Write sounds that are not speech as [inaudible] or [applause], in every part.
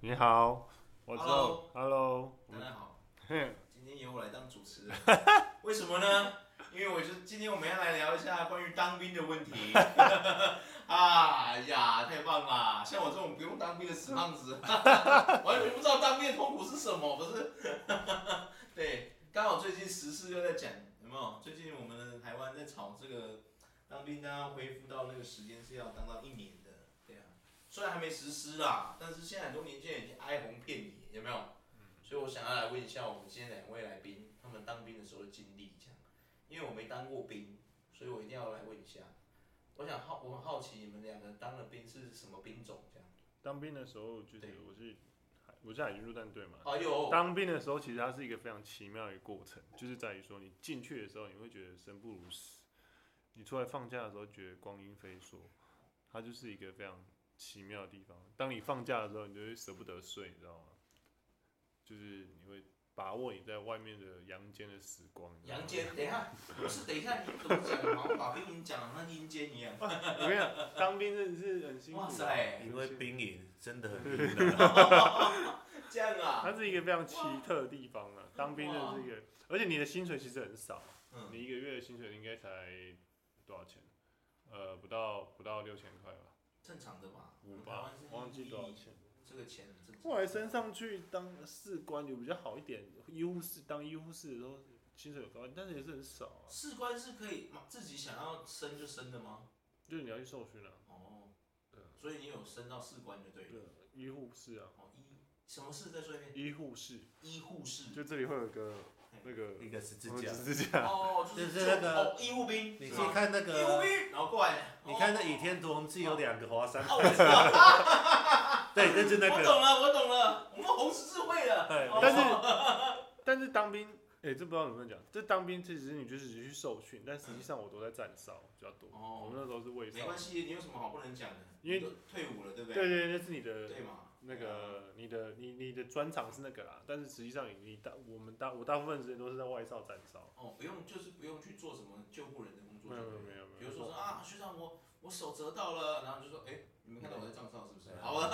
你好我知道， Hello， ，Hello，大家好，哼今天由我来当主持人， [laughs] 为什么呢？因为我就今天我们要来聊一下关于当兵的问题。 [laughs] 啊呀，太棒啦！像我这种不用当兵的死胖子， [laughs] 完全不知道当兵的痛苦是什么，不是？ [laughs] 对，刚好最近时事又在讲，有没有？最近我们台湾在吵这个当兵，大家恢复到那个时间是要当到一年的，对啊。虽然还没实施啦，但是现在很多年轻人已经哀鸿遍野，有没有？所以我想要来问一下我们今天两位来宾，他们当兵的时候的经历，这样，因为我没当过兵，所以我一定要来问一下。我想好，我很好奇你们两个当了兵是什么兵种这样？当兵的时候就是对我是海我是海军陆战队嘛。哎呦，当兵的时候，其实它是一个非常奇妙的一个过程，就是在于说你进去的时候，你会觉得生不如死；你出来放假的时候，觉得光阴飞梭。它就是一个非常奇妙的地方。当你放假的时候，你就会舍不得睡，你知道吗？就是你会把握你在外面的阳间的时光。你知道吗阳间，等一下，不是等一下，你怎么讲？好像把兵营讲得好像阴间一样。我跟你讲，当兵真的是很辛苦、啊。哇塞因为兵营真的很这样啊？它是一个非常奇特的地方啊，当兵真的是一个，而且你的薪水其实很少，嗯，你一个月的薪水应该才多少钱？呃，不到不到六千块吧，正常的吧？五嗯台吧湾是，忘记多少钱。这个钱很正常。后来升上去当士官有比较好一点，医务室当医务室的时候薪水有高，但是也是很少啊，士官是可以自己想要升就升的吗？就是你要去受训啊，哦对，啊所以你有升到士官就对了。对，医护室啊，哦，医什么事再说一遍？医护室，医护士。就这里会有个那个一个十字我架。十字架，哦，就就是那个哦医务兵，你是可以吗看那义务个，兵，然后过来，你看那《哦倚天屠龙记》有两个华山，哦，我知道，对，那就那我个，懂了，我懂了，我们红十字会了，对哦但是但是当兵，哎、这不知道能不能讲。这当兵其实你就是只是去受训，但实际上我都在站哨比较多。我哦，那时候是卫没哨关，系，你有什么好不能讲的？因为你都退伍了，对不对对对对，那是你的对啊嘛？那个你的你你的专长是那个啦，但是实际上你你大我们大我大部分时间都是在外哨站哨。哦，不用，就是不用去做什么救护人的工作，没有对不对没有没有比如说说啊，学长，我我手折到了，然后就说，哎，你们看到我在站哨是不是？对好啊，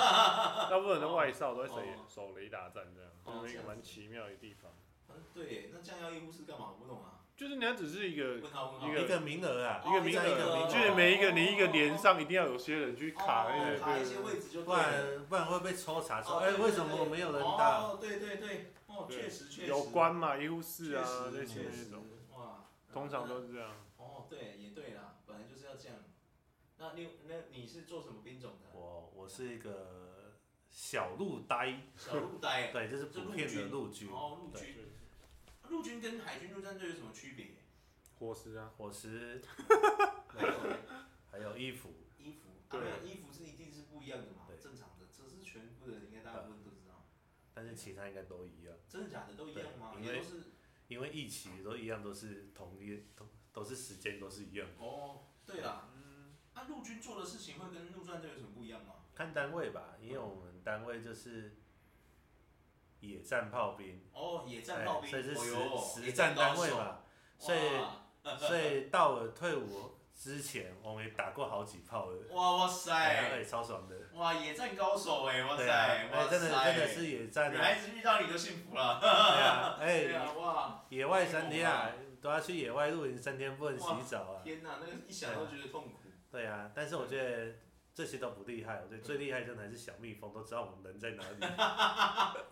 大部分人的外哨都在守、哦守雷达站这样，哦就是一这个样蛮子奇妙的地方。 [laughs] 嗯对，那这样要医务室干嘛？我不懂啊，就是你要只是一个问他问他一。一个名额啊，一个哦名一个名额，额就是每一个你一个哦连上一定要有些人去卡那哦个，卡对对一些对位置就不对了。然不然会被抽查说，哦哎，对对为什么对我没有人大？哦，对对对，哦，确实确实有关嘛，医护室确啊实那些确那实种，哇，通常都是这样。哦，对，也对啦，本来就是要这样。那你那你是做什么兵种的？我我是一个小路呆，小陆呆，对，就是普遍的陆军，哦，陆对军，陆军跟海军陆战队有什么区别？伙食啊，伙食，还有还有衣服，衣服，啊，对没有衣服是一定是不一样的嘛对，正常的，这是全部的，应该大部分都知道。但是其他应该都一样，真的假的都一样吗？对因为也都是因为一起都一样，都是同一都都是时间都是一样，哦，对啦。嗯那陆军做的事情会跟陆战队有什么不一样吗？看单位吧，因为我们单位就是野战炮兵。哦，野战对，炮兵，哎所以是哦实哟实战单位，嘛，所以野战高 [laughs] 所以到我退伍之前，我们也打过好几炮了，手哇哇哎，塞，哎超爽的，哇野战高手哎，哇对塞，啊，哇哎，塞，真的真的是野战女啊，孩子遇到你就幸福了，对啊， [laughs] 对哎，啊，哇，野外三天啊，都要去野外露营三天，不能洗澡啊，天哪，那个一想都觉得痛苦，对啊，但是我觉得。这些都不厉害，我觉得最厉害真的还是小蜜蜂，都知道我们人在哪 [laughs] 里，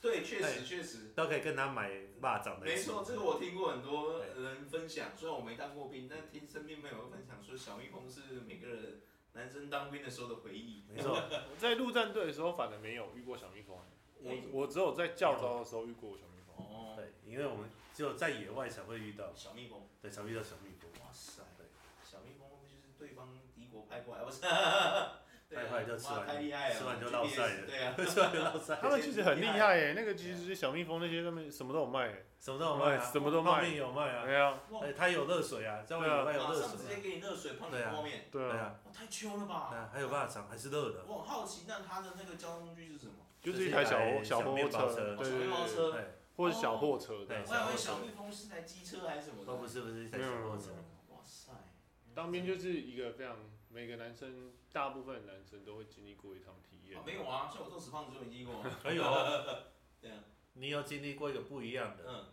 对，确哎实确实。都可以跟他买蚂蚱的。没错，这个我听过很多人分享，虽然我没当过兵，但听身边朋友分享说，小蜜蜂是每个人男生当兵的时候的回忆。没错，我在陆战队的时候反正没有遇过小蜜蜂，我哎我只有在教招的时候遇过小蜜蜂。哦，对，因为我们只有在野外才会遇到，小蜜蜂，对，才会遇到小蜜蜂。啊哇塞对，小蜜蜂就是对方敌国派过来，不 [laughs] 是？对啊派过来就吃完哇太厉害了，吃完就落晒了 GPS 对啊， [laughs] 他们其实很厉害耶，那个其啊实是小蜜蜂那些他们什么都有卖耶，什么都有卖啊，什么都卖泡面有卖啊，对啊，哇，哎，它有热水啊，在外野外有马热上直水接啊，给你热水泡你对啊泡面，对对啊，啊，哇，太秋了对吧？啊，还有腊肠，还是热的，我很好奇，那他的那个交通工具是什么？哦就是一台小就是一台小小货面包车，对车小对面包对，车，哦对，或者小货车这对样。我以为小蜜蜂是哦台机车还是什么的。都不是不是一台小货车，哇塞！当兵就是一个非常每个男生，大部分男生都会经历过一趟体验啊。没有啊，像我这种死胖子就没经历 [laughs] 过。哎呦，对啊，你有经历过一个不一样的，嗯，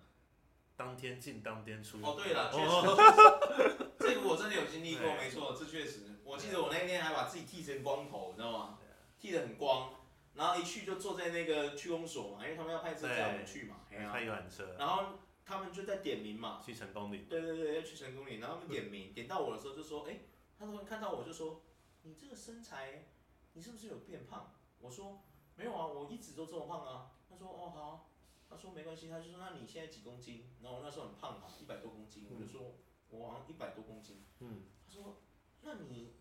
当天进当天出。哦对了，确实哦， [laughs] 这个我真的有经历过，对啊没错，这确实。我记得我那天还把自己剃成光头，你知道吗？剃得很光，然后一去就坐在那个区公所嘛，因为他们要派车载我们去嘛，嘿啊开游览车，然后他们就在点名嘛，去成功岭。对对对，要去成功岭，然后他们点名，点到我的时候就说，哎、他们看到我就说，你这个身材，你是不是有变胖？我说没有啊，我一直都这么胖啊。他说哦好啊，他说没关系，他就说那你现在几公斤？然后我那时候很胖嘛，一百多公斤，我就说我好像一百多公斤。嗯，他说：“那你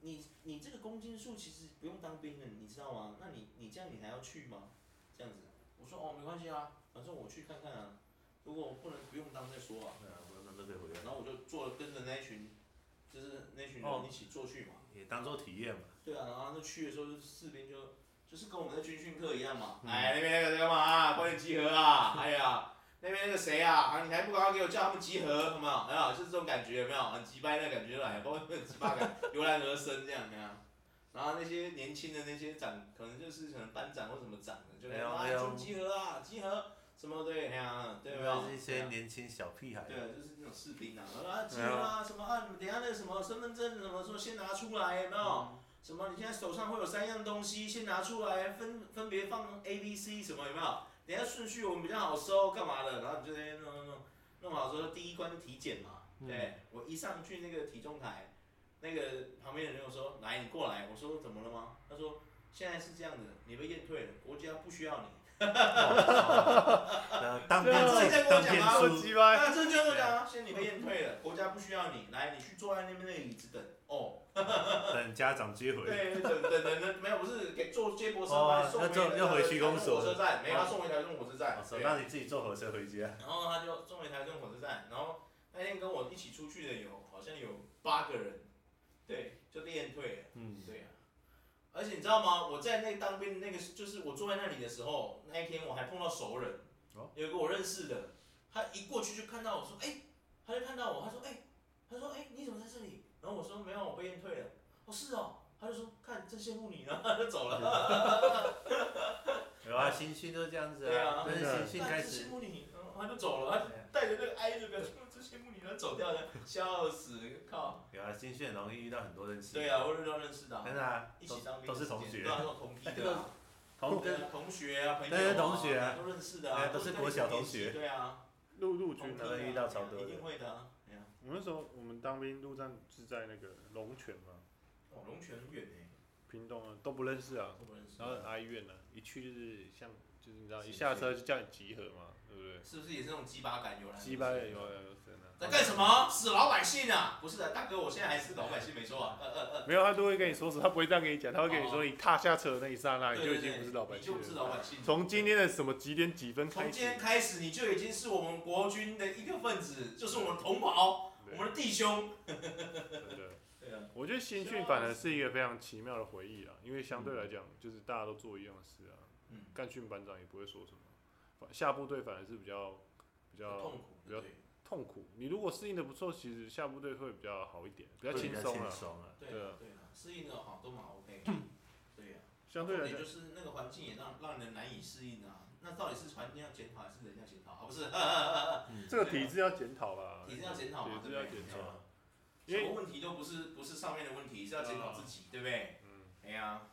你你这个公斤数其实不用当兵的，你知道吗？那你你这样你还要去吗？这样子。”我说：“哦，没关系啊，反正我去看看啊。如果不能不用当再说啊。对啊，我那都可以回”来，然后我就坐了跟着那一群，就是那群哦人一起坐去嘛。也当做体验嘛。对啊，然后就去的时候，就是士兵就就是跟我们在军训课一样嘛。嗯哎，那边那个在干嘛啊？快点集合啊！哎呀，那边那个谁啊？啊，你还不赶快给我叫他们集合，有没有？哎呀，就是这种感觉，有没有？ [laughs] 很鸡掰那感觉就来了，包括那鸡巴感油然而生这样，有没有？然后那些年轻的那些长，可能就是可能班长或什么长的，就哎来呦啊，哎呦就集合啊，集合什么对，哎呀，对有没有？是一对些啊年轻小屁孩。对，就是那种士兵啊，然后啊，集合啊，什么啊，你们等一下那个什么身份证什么说先拿出来，有没有？什么你现在手上会有三样东西，先拿出来，分分别放 A、B、C 什么有没有？等一下顺序我们比较好收，干嘛的？然后你就在那边弄弄弄，弄好之后第一关就体检嘛。嗯对我一上去那个体重台，那个旁边的人就说：“来，你过来。”我说：“怎么了吗？”他说：“现在是这样的，你被验退了，国家不需要你。” [laughs] 呃，当天对啊你在跟进我当讲天啊好出。鸡对巴！啊，这就这样啊，现在你被验退了，国家不需要你，来，你去坐在那边那个椅子等。哦，等家长接回。对，等等等等，没有，不是给坐接驳车哦吗？送要坐那个要回去公所火车站，没有，哦他送回台中火车站我。说对那你自己坐火车回家。然后他就送回台中火车站，然后那天跟我一起出去的有好像有八个人，对，就被验退了。嗯，对呀、而且你知道吗？我在那当兵的那个，就是我坐在那里的时候，那一天我还碰到熟人，哦有一个我认识的，他一过去就看到我说，哎、他就看到我，他说，哎、他说，哎、你怎么在这里？然后我说没有，我被验退了。哦，是哦，他就说，看真羡慕你，然后他就走了。有啊，新训都这样子对啊啊，就是新训看开真羡始。慕你，然后他就走了，他就带着那个哀的表情，真羡慕你，然后走掉了，笑死，靠。有啊，新训很容易遇到很多认识。对。啊，我就认识的啊、真的啊，一起都当兵都是的时同间学对，啊，都同批的、啊。同对跟啊同学啊，朋友哦对啊，同学啊都认识的啊，哎都是在国一起小年同级学对啊，陆陆军同呢梯同？梯啊遇到超对啊多一的定会的啊，哎呀，我那时候我们当兵陆战是在那个龙泉嘛，哦，龙泉很远哎，屏东啊，都不认识啊，都不认识然后很哀怨啊，一去就是像就是你知道是一下车就叫你集合嘛，对不对？是不是也是那种鸡巴感由来？鸡巴的有有神啊！在干什么？死老百姓啊！不是啊，大哥，我现在还是老百姓没错啊，呃呃没有，他都会跟你说死，他不会这样跟你讲，他会跟你说，你踏下车的那一刹那，呃，你对哎就对已经对，不是老百你姓就不是老了。百姓。从今天的什么几点几分从开今天始？开始，你就已经是我们国军的一个分子，就是我们同袍，我们的弟兄。对真的，对啊，我觉得新训反而是一个非常奇妙的回忆啊，因为相对来讲，就是大家都做一样的事啊，嗯，干训班长也不会说什么，反下部队反而是比较比较痛苦，比较对啊痛苦。你如果适应的不错，其实下部队会比较好一点，比会较比轻较松轻了。松啊。对对啊啊对啊，适应的好都蛮 OK，对呀。啊相啊对来重点讲，就是那个环境也让让人难以适应啊。那到底是环境要检讨还是人要检讨 [laughs] 啊？不是，嗯这个体制要检讨啦，体制要检讨嘛，体对制不要对检？讨啊因什为么问题都不是不是上面的问题，是要检讨自己，对不对？嗯，哎呀，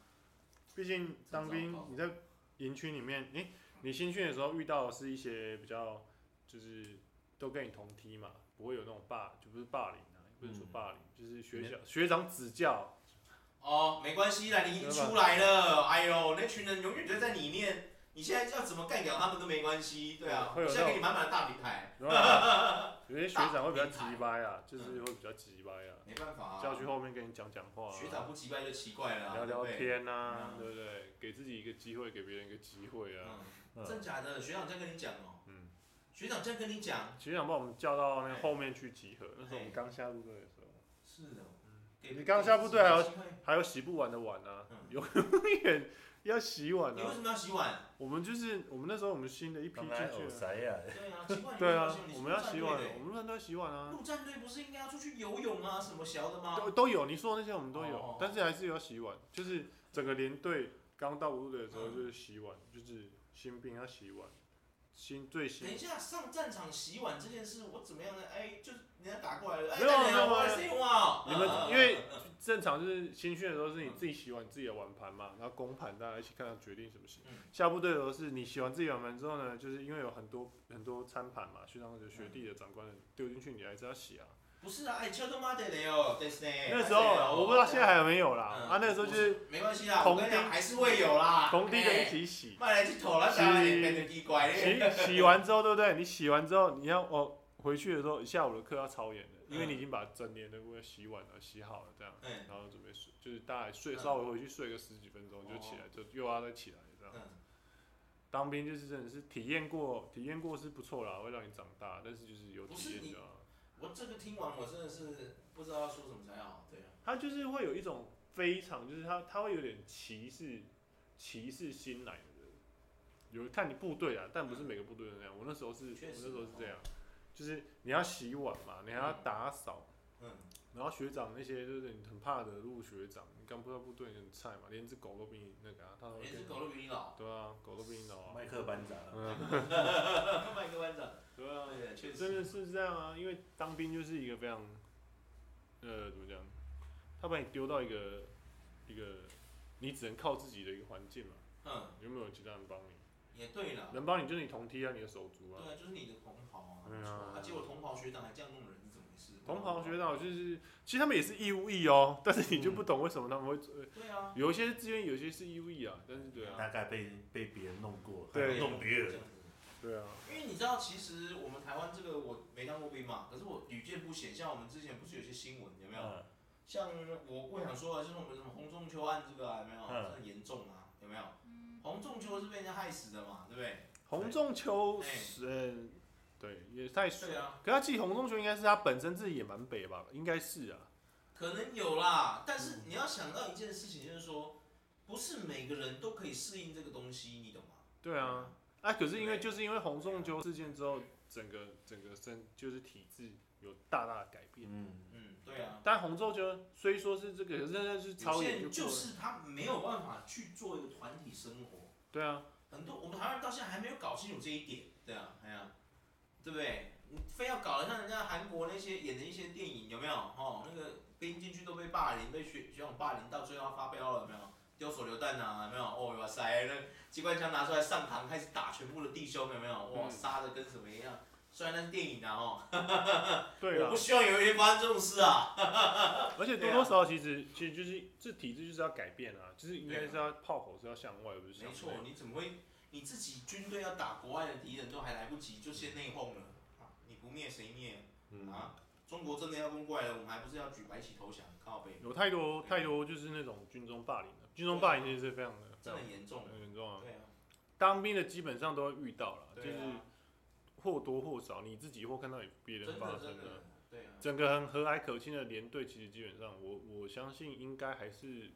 毕竟当兵这种你在营区里面，诶，你新训的时候遇到的是一些比较就是都跟你同梯嘛，不会有那种霸，就不是霸凌啊，也不是嗯说霸凌，就是学校学长指 [laughs] 教，哦，没关系啦，你已经出来了，哎呦，那群人永远就在里面。你现在要怎么干掉他们都没关系，对啊，会我有现在给你满满的大平台，然后有些学长会比较大平台急掰啊，就是会比较急掰啊，没办 [laughs] 法啊。叫去后面跟你讲讲话啊，学长不击败就奇怪了啊，聊聊对不对。天啊嗯，对不对？给自己一个机会，给别人一个机会啊。嗯，真假的，学长这样跟你讲哦，嗯，学长这样跟你讲。哎学长把我们叫到那个后面去集合，那时候我们刚下部队的时候，是哦，给嗯你刚下部队还要给机会还有洗不完的碗啊嗯，永远要洗碗你为啊什。么要洗碗？我们就是我们那时候我们新的一批刚进才偶去了，塞呀，对啊，奇怪，你对为啊什么，你我是们要陆战洗队碗的，我们乱都要洗碗啊，陆战队不是应该要出去游泳啊，什么小的吗？都都有。你说的那些我们都有哦，但是还是有要洗碗，就是整个连队刚到部队的时候就是洗碗，就是新兵要洗碗，新最新等一下，上战场洗碗这件事，我怎么样呢？哎，就是人家打过来了，哎，没有干没有娘，我来没有 say 哇！你们啊因为正常就是新训的时候是你自己洗完自己的碗盘嘛，然后公盘大家一起看看决定什么事。嗯下部队的时候是你洗完自己碗盘之后呢，就是因为有很多很多餐盘嘛，学长的学弟的长官的丢进去，你还是要洗啊。不是啊，哎，敲他妈的嘞哦，但是呢，那时候我不知道现在还有没有啦，嗯啊那时候就是哎没关系啦，同我跟你讲梯还是会有啦，同梯的一哎，起洗，卖来去投了，打来变成奇怪哎嘞，洗洗完之后对不对？你洗完之后你要哦回去的时候下午的课要超严的，因为嗯你已经把整年的锅洗完了洗好了这样。嗯然后准备睡，就是大概睡嗯稍微回去睡个十几分钟就起来，就又要再起来这样。嗯，当兵就是真的是体验过，体验过是不错啦，会让你长大，但是就是有不是体验你就好。我这个听完我真的是不知道要说什么才好，对啊，他就是会有一种非常，就是他他会有点歧视歧视新来的人，有看你部队啊，但不是每个部队都那样。我那时候是，我嗯确那实时候是哦这样，就是你要洗碗嘛，你还要嗯打扫，嗯，然后学长那些就是你很怕的入学长，你刚不到部队你很菜嘛，连只狗都比你那个啊，他会跟连只你狗都比 [laughs] 你老，对啊，狗都比你老啊。麦克班长，嗯，麦克班长，对啊，对，确真实，的是这样啊，因为当兵就是一个非常，呃，怎么讲？他把你丢到一个一个你只能靠自己的一个环境嘛，嗯，有没有其他人帮你？也对了。能帮你就是你同梯啊，你的手足啊。对啊，就是你的同袍啊，对啊啊，结果同袍学长还这样弄人是怎么回事？同袍学长就是，其实他们也是义务役哦，但是你就不懂为什么他们会，对啊，有一些是自愿，有一些是义务役啊，但是对啊，大概被被别人弄过，对弄别这人样，子对啊，因为你知道，其实我们台湾这个我没当过兵嘛，可是我屡见不鲜。像我们之前不是有些新闻有没有？嗯像我我想说的就是我们什么洪仲秋案这个、啊、有没有？嗯这很严重啊，有没有？洪仲秋是被人家害死的嘛，对不对？洪仲秋哎是，嗯对，也太水对。啊，可他记洪仲秋应该是他本身自己也蛮北吧，应该是啊。可能有啦，但是你要想到一件事情，就是说，不是每个人都可以适应这个东西，你懂吗？对啊，啊，可是因为对就是因为洪仲秋事件之后，整个整个身就是体制有大大的改变。嗯，嗯，对啊。但洪仲秋虽说是这个，可是那是有超些越人就就过了。是他没有办法去做一个团体生活，对啊，很多我们台湾人到现在还没有搞清楚这一点，对啊，哎呀、对不对？你非要搞得像人家韩国那些演的一些电影有没有？哦，那个兵进去都被霸凌，被学学长霸凌，到最后发飙了有没有？丢手榴弹啊，有没有？哦，哇塞，那机关枪拿出来上膛开始打全部的弟兄有没有？哇，嗯杀的跟什么一样？虽然那是电影啊，哦，对我啊不，希望有一天发生这种事啊。而且多多少少其实其实就是这体制就是要改变啊，就是应该是要炮口是要向外，而不是向没错内。，你怎么会你自己军队要打国外的敌人都还来不及，就先内讧了？啊你不灭谁灭嗯，啊？中国真的要攻过来了，我们还不是要举白旗投降？靠背，有太多太多就是那种军中霸凌了，军中霸凌其实是非常的非真常的严重。很严重啊。对啊，当兵的基本上都会遇到了，就对是啊，或多或少你自己或看到别真人发的生真的的。，对啊，整个很和蔼可亲的连队，其实基本上我我相信应该还是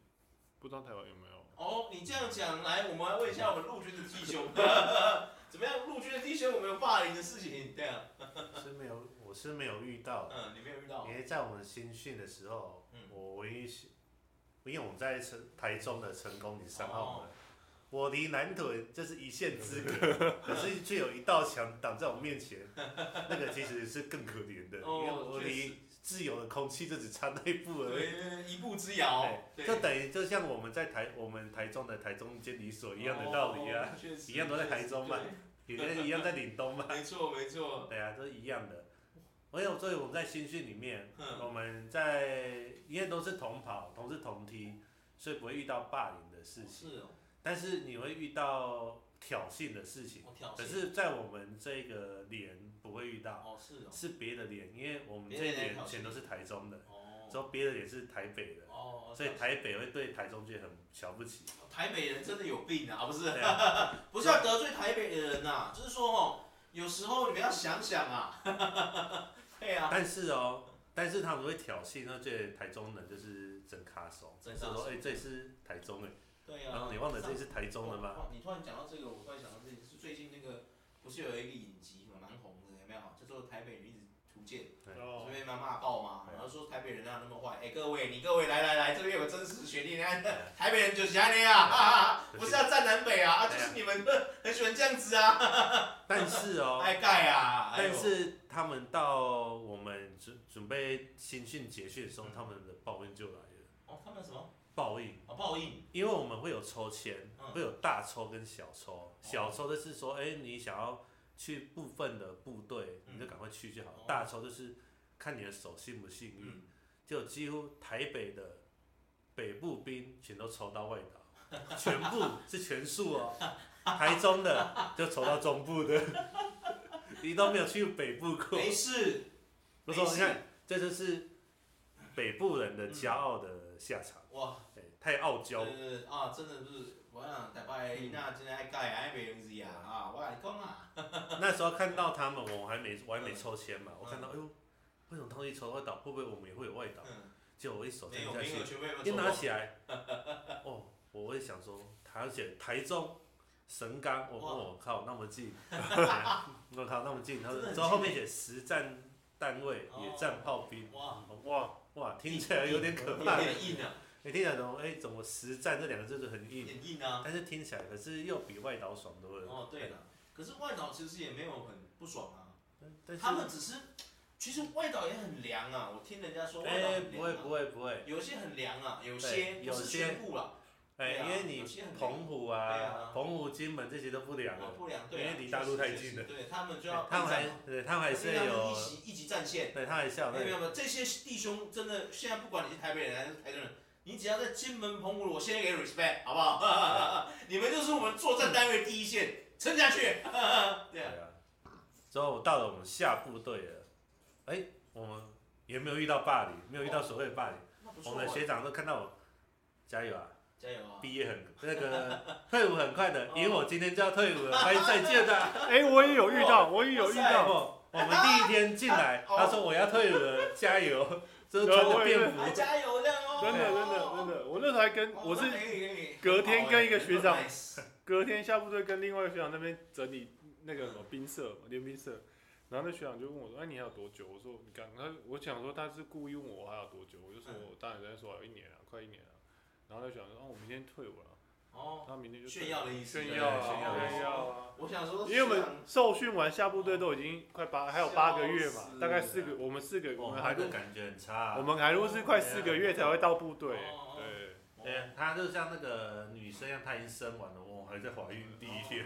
不知道台湾有没有。哦，你这样讲来，我们来问一下我们陆军的弟兄， [laughs] 怎么样？陆军的弟兄有没有霸凌的事情？对啊，嗯是没有，我是没有遇到，嗯，你没有遇到因？为在我们新训的时候嗯，我唯一是，因为我们在成台中的成功里三号门，哦我离南屯就是一线之隔， [laughs] 可是却有一道墙挡在我面前，那个其实是更可怜的，因为哦我确实离自由的空气就只差那一步而已。对，一步之遥，对对，就等于就像我们在台我们台中的台中监理所一样的道理啊，哦，确实一样都在台中嘛确实也跟一样在岭东嘛，对没错没错，对啊，都一样的。而且我所以我们在新训里面，嗯我们在因为都是同跑，同是同梯，所以不会遇到霸凌的事情，是哦，但是你会遇到挑衅的事情。我哦挑可衅。是，在我们这个连不会遇到，哦，是哦，是别的连，因为我们这别的连连挑以前衅都是台中的，之哦，后别的连是台北的，哦，所以台北会对台中就很瞧不起。台北人真的有病啊，不是，[laughs] 对啊，不是要得罪台北人呐、 [laughs] 就是说哦，有时候你们要想想啊，对啊，但是哦，但是他们会挑衅，那觉得台中人就是真卡手，真就卡手说哎、这是台中哎、对啊。然后你忘了这是台中的吗？哇？你突然讲到这个，我突然想到这个，是最近那个不是有一个影集什么蛮红的，有没有？叫做《台北女子图鉴》，哦这，边蛮骂爆嘛，对然后说台北人啊那么坏。哎、各位，你各位来来来，这边有个真实学历，你看台北人就是这样啊，哈哈 [laughs] 哈不是要站南北啊，啊就是你们很喜欢这样子啊， [laughs] 但是哦，爱盖啊，哎呦但是他们到我们准准备新训结训的时候，他们的报应就来了，哦，他们什么报应。哦报应，因为我们会有抽签，嗯哦会有大抽跟小抽。小抽就是说，哎、你想要去部分的部队，嗯你就赶快去就好。哦大抽就是看你的手幸不幸运，嗯，就几乎台北的北部兵全都抽到外岛， [laughs] 全部是全数哦。台中的就抽到中部的， [laughs] 你都没有去北部过。没事，我说没你事看，这就是北部人的骄傲的下场，哇，哎、太傲娇。呃啊，真的是，我想台北人啊，真的爱盖啊，爱北人是啊，啊，我跟你讲啊， [laughs] 那时候看到他们，我还没我还没抽签嘛，我看到哎呦，为什么他们一抽外岛，会不会我们也会有外岛？嗯，结果我一手没签有下名额去，全部有没一有拿抽起来， [laughs] 哦，我会想说，台而且台中。神冈，我哇我靠，那么 [laughs] 近，我靠，那么近。他真的说，很之后后近欸面写实战单位、哦野战炮兵，中哇，哇，哇，听起来有点可怕有。点硬啊，你听起来怎么？哎，怎么实战这两个字就很有 [laughs] 硬？点硬啊。但是听起来可是又比外岛爽多了。哦，对了，可是外岛其实也没有很不爽啊，但是他们只是，其实外岛也很凉啊，我听人家说外岛哎，很不凉、啊会不会不会，有些很凉啊，有对些不有是些全部啦，哎，对啊因为你有些很凉澎湖对啊啊、澎湖、金门这些都不啊凉了，不凉，对啊、因为离大陆太近确了实对他们就对要他们还抗战嘛对他们还是因为他们有一，级一级战线，对他还是有没有那没个有没有，这些弟兄真的现在不管你是台北人还是台中人。你只要在金门、澎湖，我现在给你 respect，好不好？ [laughs] 你们就是我们作战单位第一线，撑下去。对对啊，啊。之后到了我们下部队了，哎，我们也没有遇到霸凌，没有遇到所谓的霸凌，那不我错、们啊的，学长都看到我，加油啊！加油啊！毕业很那个 [laughs] 退伍很快的，哦因为我今天就要退伍 [laughs] 了，欢迎再见的、啊。哎、我也有遇到，我也有遇哇到，哦，我们第一天进来，哎 [laughs] 哦他说我要退伍了，加油， [laughs] 就是穿着便服啊，，加油这样哦！真的真的真的，我那时候还跟哦我是那可以可以隔天跟一个学长很好欸很 nice 隔天下部队跟另外一个学长那边整理那个什么冰社联兵社，然后那学长就问我说：“哎、你还有多久？”我说：“你刚刚我想说他是故意问我还有多久，我就说嗯我当然在说还有一年了、啊快一年了、然后那学长说：“哦，我明天退伍了。”哦，他明天就退伍炫耀的意思。炫耀啊炫耀炫耀啊！我想说，因为我们受训完下部队都已经快八还有八个月笑嘛死，大概四个我们四个我我们们还哦还都是感觉很差、啊。我们还都是快四个月才会到部队、哦对。对啊，他就像那个女生一样，她已经生完了，我还在怀孕第一天，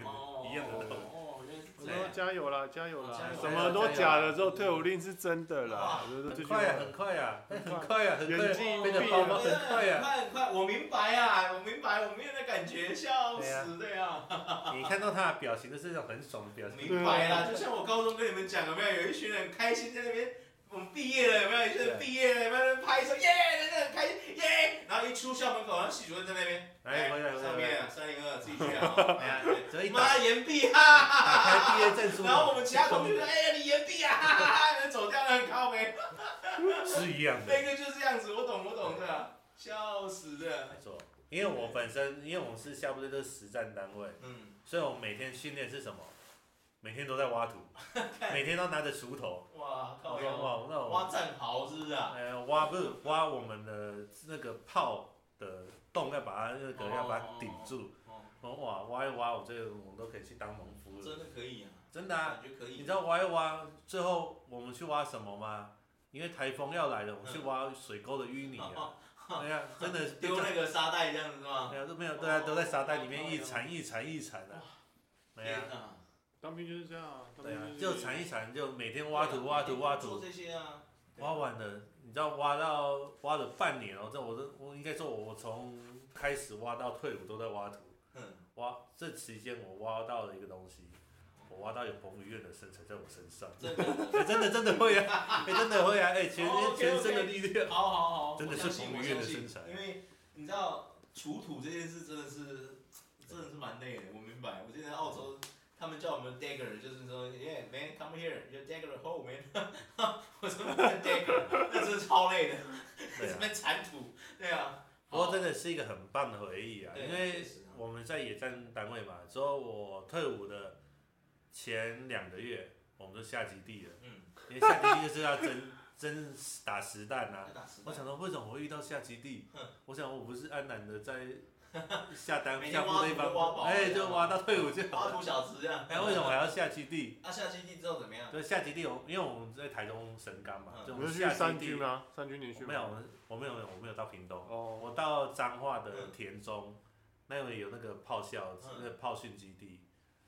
一样的道理。哦，原来是我这说样。加油啦，加油啦加油！什么都假的，之后退伍令是真的啦哇。就是这很句快话啊，很快啊，很快很快啊，很快远啊，近那必个有包包很快啊。快很快，我明白啊，我明白，我没有那感觉，笑死，对啊，你看到她的表情都是那种很爽的表情。明白啦，就像我高中跟你们讲，有没有有一群人很开心在那边，我们毕业了，有没有？一群人毕业了，有没有？拍手耶，真的很开心耶，然后一出校门口，然后系主任在那边。哎来，哎回来回来上回来，面三零二自己去 [laughs] 啊！哎呀，只要一打妈岩壁啊！打开毕业证书，然后我们其他同学说：“哎呀，你岩壁啊！” [laughs] 哈哈哈人走掉了，很靠没。是一样的那。个就是这样子，我懂，我懂的，笑死的。没错，因为我本身，因为我们是下部队都是实战单位，嗯，所以我们每天训练是什么？每天都在 [laughs] 挖土，每天都拿着锄头。哇靠我说腰！哇，那我挖战壕是不是啊？呃挖不是挖我们的那个炮的洞，要把它那个哦要把它顶住。哦，我说哇挖一挖，我这个我们都可以去当农夫了。真的可以啊，真的啊，感觉可你以知。道挖一挖，最后我们去挖什么吗？因为台风要来了，我们去挖水沟的淤泥 [laughs] 啊。哎呀，真的是丢那个沙袋这样子是吗？没哎有都没有，大家都在沙袋里面一铲一铲一铲的、没有天，哪！当兵就是这样啊，当对兵啊，就就这样是铲一铲，就啊每天挖土挖土挖啊做土，这些啊。挖完了，你知道挖到挖了半年哦，这我都我应该说，我从开始挖到退伍都在挖土，嗯，挖这期间我挖到了一个东西，我挖到有彭于晏的身材在我身上，真的。哎真的真的会啊，哎真的会啊，哎全哦，OK，OK 全身的力 [laughs] 量，好好好，真的是我相信彭于晏的身材我相信因为你知道，除土这件事真的是，真的是蛮累的。我明白，我之前在澳洲，他们叫我们 dagger，就是说，yeah man come here，you dagger hole man，我 [laughs] 说 dagger，那真的超累的，对这啊。边铲土，对啊，不过真的是一个很棒的回忆啊，对因为确实啊我们在野战单位嘛，之后我退伍的前两个月，我们就下基地了，嗯，因为下基地就是要真真打实弹啊要。打实我弹想说，为什么我会遇到下基地嗯？我想我不是安然的在下单 [laughs] 每天下部挖队土帮都挖宝忙，哎，这样就挖到退伍就挖好了。土小子这样，哎，为什么还要下基地？啊，下基地之后怎么样？就下基地，我因为我们在台中神冈嘛，嗯你就我们们是下去基三地军吗？三军连训吗我没有，我们我没有，我没有到屏东，哦，我到彰化的嗯田中，那里有那个炮校，嗯那个炮训基地，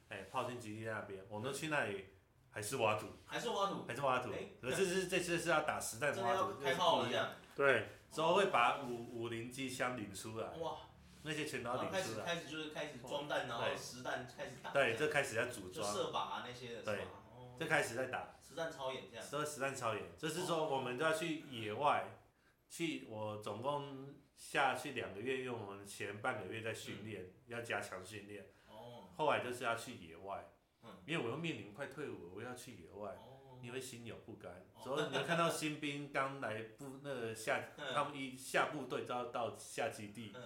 哎、炮训基地那边，我们去那里还是挖土，还是挖土，还是挖土哎，可是这次这次是要打实弹真的挖要土，开炮了这样，对，之后会把五五零机箱领出来，哇，那些全都然要后开领始出来，哦开始就是开始装弹，然后对实弹开始打，对，就开始要组就装，射靶啊那些的，是对吧？哦就开始在打，实弹操演这样，哦所以实弹操演，就是说我们就要去野外，去我总共下去两个月，因为我们前半个月在训练，嗯要加强训练。哦，后来就是要去野外，嗯因为我又面临快退伍，我又要去野外，哦，你会心有不甘。哦所以你会看到新兵刚来部那个下，嗯他们一下部队就要到下基地，嗯，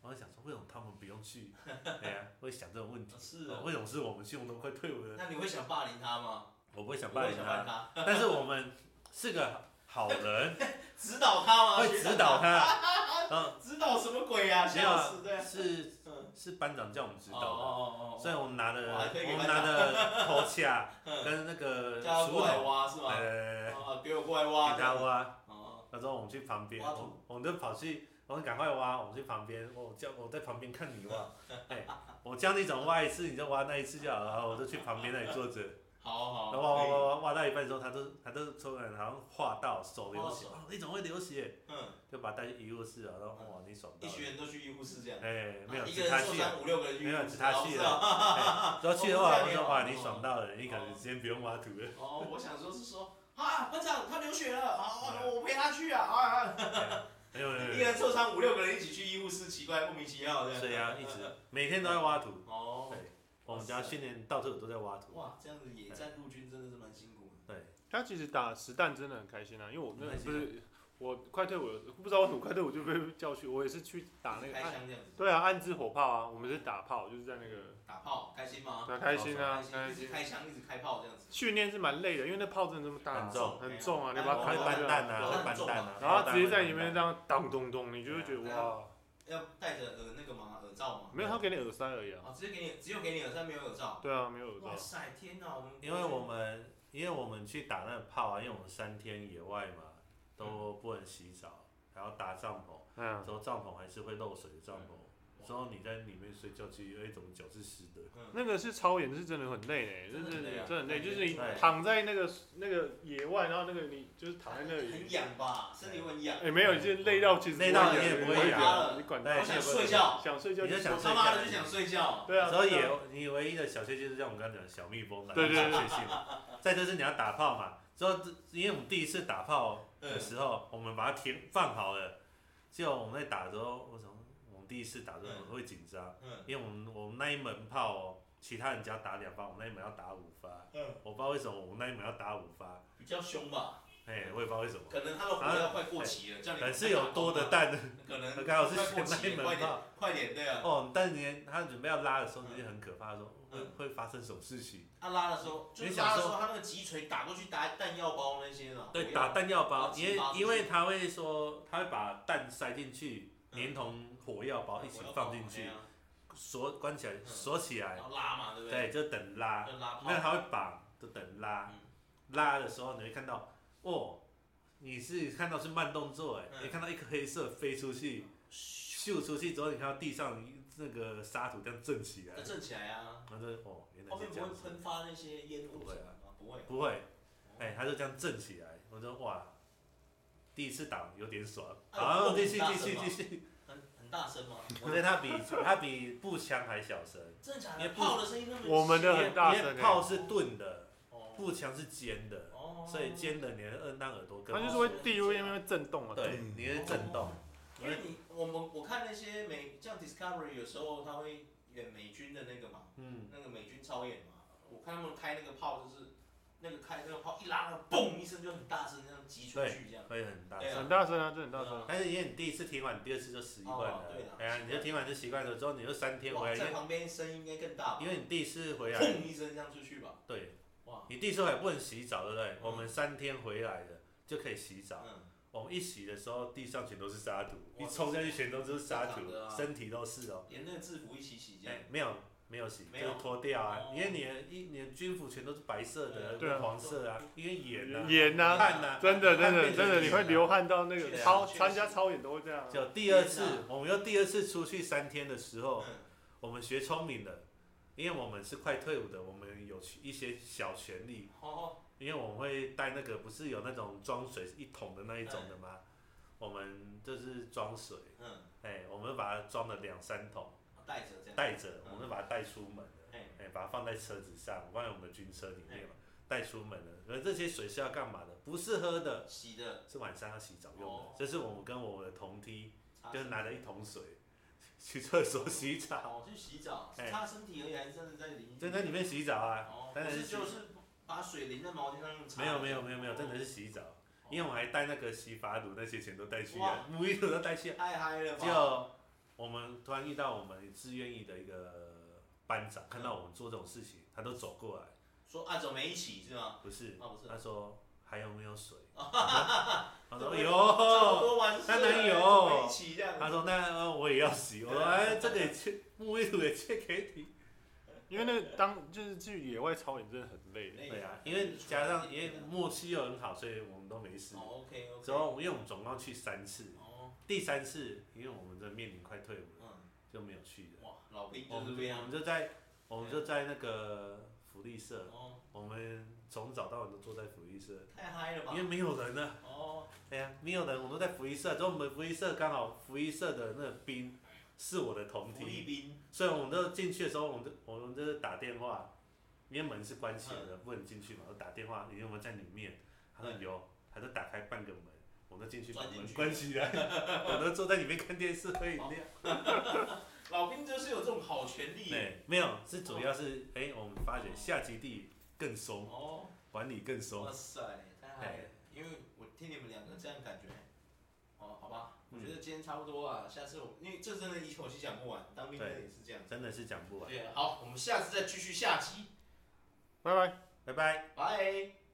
我就想说为什么他们不用去？ [laughs] 哎呀，会想这种问题。是哦哦，为什么是我们去？我们都快退伍了，那你会想霸凌他吗？我不会想不办会法想霸凌他。他， [laughs] 但是我们是个好 [laughs] 人，指导他吗？会学长指导他。嗯，指导什么鬼啊？没有笑啊死，对啊，是嗯，是班长叫我们指哦哦导哦的，哦，所以我们拿的我还推给我们班拿长 [laughs] 的头卡嗯跟那个叫他锄过来头。挖是吗？呃，哦，给我过来给挖，他挖，哦，他说我们去旁边，挖土我我们就跑去，我们赶快挖，我们去旁边，我叫我在旁边看你挖， [laughs] 哎，我教你怎么挖一次，你就挖那一次就好了，然后我就去旁边那里坐着，好好，然后挖挖哦可以挖，挖挖到一半的时候，他都他都突然好像划到手流血，哦手哦，你怎么会流血？嗯，就把他带去医务室了，然后哇你爽到一群了，人都去医务室这样，哎，没有，啊一是个人他受去了，伤五六个人去没医有，务只室，他哦去是了啊，哎，然后去的话，我说哇你哦爽到了，你可能哦今天不用挖土了，哦，我想说是说啊，班长他流血了，啊，我我陪他去啊，啊，啊没有没有一个没有。人受伤，五六个人一起去医务室，奇怪，莫名其妙的。所以啊，一直每天都在挖土。哦，对，我们家训练到处都在挖土。哇，这样子野战陆军真的是蛮辛苦的。对，他其实打实弹真的很开心啊，因为我那很开不心啊是我快退伍了，不知道为什么快退伍就被叫去，我也是去打那就是个开暗，枪这样子，对啊，暗之火炮啊，我们是打炮，就是在那个打炮开心吗？很开心啊，开很开心，一心直。开枪，一直开炮这样子。训练是蛮累的，因为那炮真的这么大，很重很重啊，你把它会开完搬开蛋啊，啊，会搬蛋啊，然后直接在里面这样当咚咚，你就会觉得对啊哇，要戴着耳那个吗？耳罩吗？没有他给你耳塞而已啊，哦，直接给你，只有给你耳塞，没有耳罩。对啊，没有耳哇罩，塞，天哪，我们因为我们因为我们去打那个炮啊，因为我们三天野外嘛，都不能洗澡，还要搭帐篷，嗯，之后帐篷还是会漏水的帐篷，之后你在里面睡觉，其实哎怎么脚是湿的？嗯那个是超演，是真的很累嘞，真真的的很累啊真的很累，就是你对躺在那个那个野外，然后那个你就是躺在那很里，痒吧，身体会很痒。哎，没有，你就是累到其实累到痒你也不会痒痒你管对他，我想睡觉，想睡觉你就想我睡他妈的就想睡觉。对啊，所以对野啊你唯一的小确幸就是像我们刚刚讲的小蜜蜂来啊对对对小确幸，再就是你要打炮嘛，之后因为我们第一次打炮的时嗯候，我们把它填放好了，结果我们在打的时候，为什么我们第一次打的时候嗯很会紧张？嗯因为我们我们那一门炮哦，其他人只要打两发，我们那一门要打五发，嗯，我不知道为什么我们那一门要打五发，比较凶吧，哎，我也不知道为什么，可能他的火药快过期了，叫你。可能哎是有多的，蛋，可能刚好是快过选那期一了，快门点，炮。快点，对啊。哦，但是他准备要拉的时候，就是很可怕的时候，会嗯会发生什么事情？他拉的时候，就是你想拉的时说候，他那个击锤打过去，打弹药包那些的。对，火药打弹药包把，它因为激发出去因为他会说，他会把弹塞进去，嗯连同火药包一起放进哎去呀，锁关起来，嗯锁起来然，后拉嘛，对不对？对，就等拉，就拉炮。那他会绑，就等拉嗯，拉的时候你会看到，哦，你是看到是慢动作，哎，嗯你看到一颗黑色飞出去，咻出去之后，你看到地上那个沙土这样震起来要，震起来啊！然后就哦，原来后是面不这会样子，喷发那些烟雾不什会么啊的吗？哦不会。不会，哎，他就这样震起来，我说哇，第一次打有点爽，哎好，继续继续继续，很很大声 [laughs] 吗？我觉得 [laughs] 他比他比步枪还小声，真的假因为的？不炮的声音那么我们因的为很大因为声欸炮是钝的，哦步枪是尖的，哦，所以尖的你的二当耳朵它就更是会地入那边会震动啊，哦对，你会震动，因为你我们我看那些美像 Discovery 有时候他会演美军的那个嘛，嗯，那个美军操演嘛，看他们开那个炮，就是那个开那个炮一拉到，嘣一声就很大声，这样击出去这样。会很大对啊声。很大声啊，这很大声啊。但是因为你第一次听完，你第二次就习惯哦了对啊。哎呀，你就听完就习惯了，之后你就三天回哇，来，因在为旁边声音应该更大吧？因为你第一次回来，砰一声这样出去吧。对哇，你第一次回来不能洗澡，对不对嗯？我们三天回来的就可以洗澡。嗯，我们一洗的时候，地上全都是沙土，哇一冲下去全都是沙土正常的啊，身体都是哦。连那个制服一起洗这样哎，，没有没有洗，没有就脱掉啊哦，嗯因为你的一你的军服全都是白色的、对啊黄色啊，因为盐啊、盐啊汗啊，真 [laughs] 的，真汗的，变成真的，盐你啊会流汗到那确个实超啊确实参加超演都会这样啊。就第二天哪次，我们又第二次出去三天的时候，嗯我们学聪明了，因为我们是快退伍的，我们有一些小权利，哦，因为我们会带那个不是有那种装水一桶的那一种的吗？我们就是装水，嗯，哎，我们把它装了两三桶，带着这样，带着，嗯我们把它带出门了，哎，哎，把它放在车子上，放在我们的军车里面嘛，带出门了。而这些水是要干嘛的？不是喝的，洗的，是晚上要洗澡用哦的。这是我们跟我的同梯。擦就身是体拿着一桶水去厕所洗澡，哦，去洗澡，哎擦身体而已，还是真的在淋？就在里面洗澡啊，哦，不当然是是洗就是把水淋在毛巾上用擦。哦没有没有没有没有，真的是洗澡，因为我还带那个洗发乳那些全都带去哇啊，沐浴乳都带去啊，太嗨了吧？就我们突然遇到我们自愿意的一个班长，看到我们做这种事情，他都走过来，说啊，怎么一起是吗？不是啊，不是，他说还有没 [laughs] 有水？怎么哦他说差不有。多完事了当然有怎么一起这样他说：“那呃我也要洗。”我说：“哎，这个也借沐浴乳也借给你。”因为那个当就是去野外超演真的很累的，累对啊，因为加上因为默契又很好，所以我们都没事哦。，OK OK，之后，啊因为我们总共去三次，哦，第三次因为我们这面临快退伍了，嗯，就没有去了。哇，老兵我就是这们就我样们，就在我们就在那个福利社，哦，我们从早到晚都坐在福利社，太嗨了吧因为？没有人啊。哦，哎呀，没有人，我们都在福利社。之后我们福利社刚好福利社的那个兵是我的同福利梯，兵，所以我们都进去的时候，我们就我们就是打电话，因为门是关起来的，不能进去嘛。我打电话，你有没有在里面？他说嗯有，他就打开半个门，我们就进去把钻进门去关起来， [laughs] 我都坐在里面看电视喝饮料。老兵就是有这种好权利。对，没有，是主要是哎、我们发觉下基地更松，哦，管理更松哇。塞，太嗨了！因为我听你们两个这样感觉，哦，好吧，我觉得今天差不多啊，下次我因为这真的一口气讲不完，当兵的对也是这样。真的是讲不完。对，好，我们下次再继续下集，拜拜。拜拜。拜。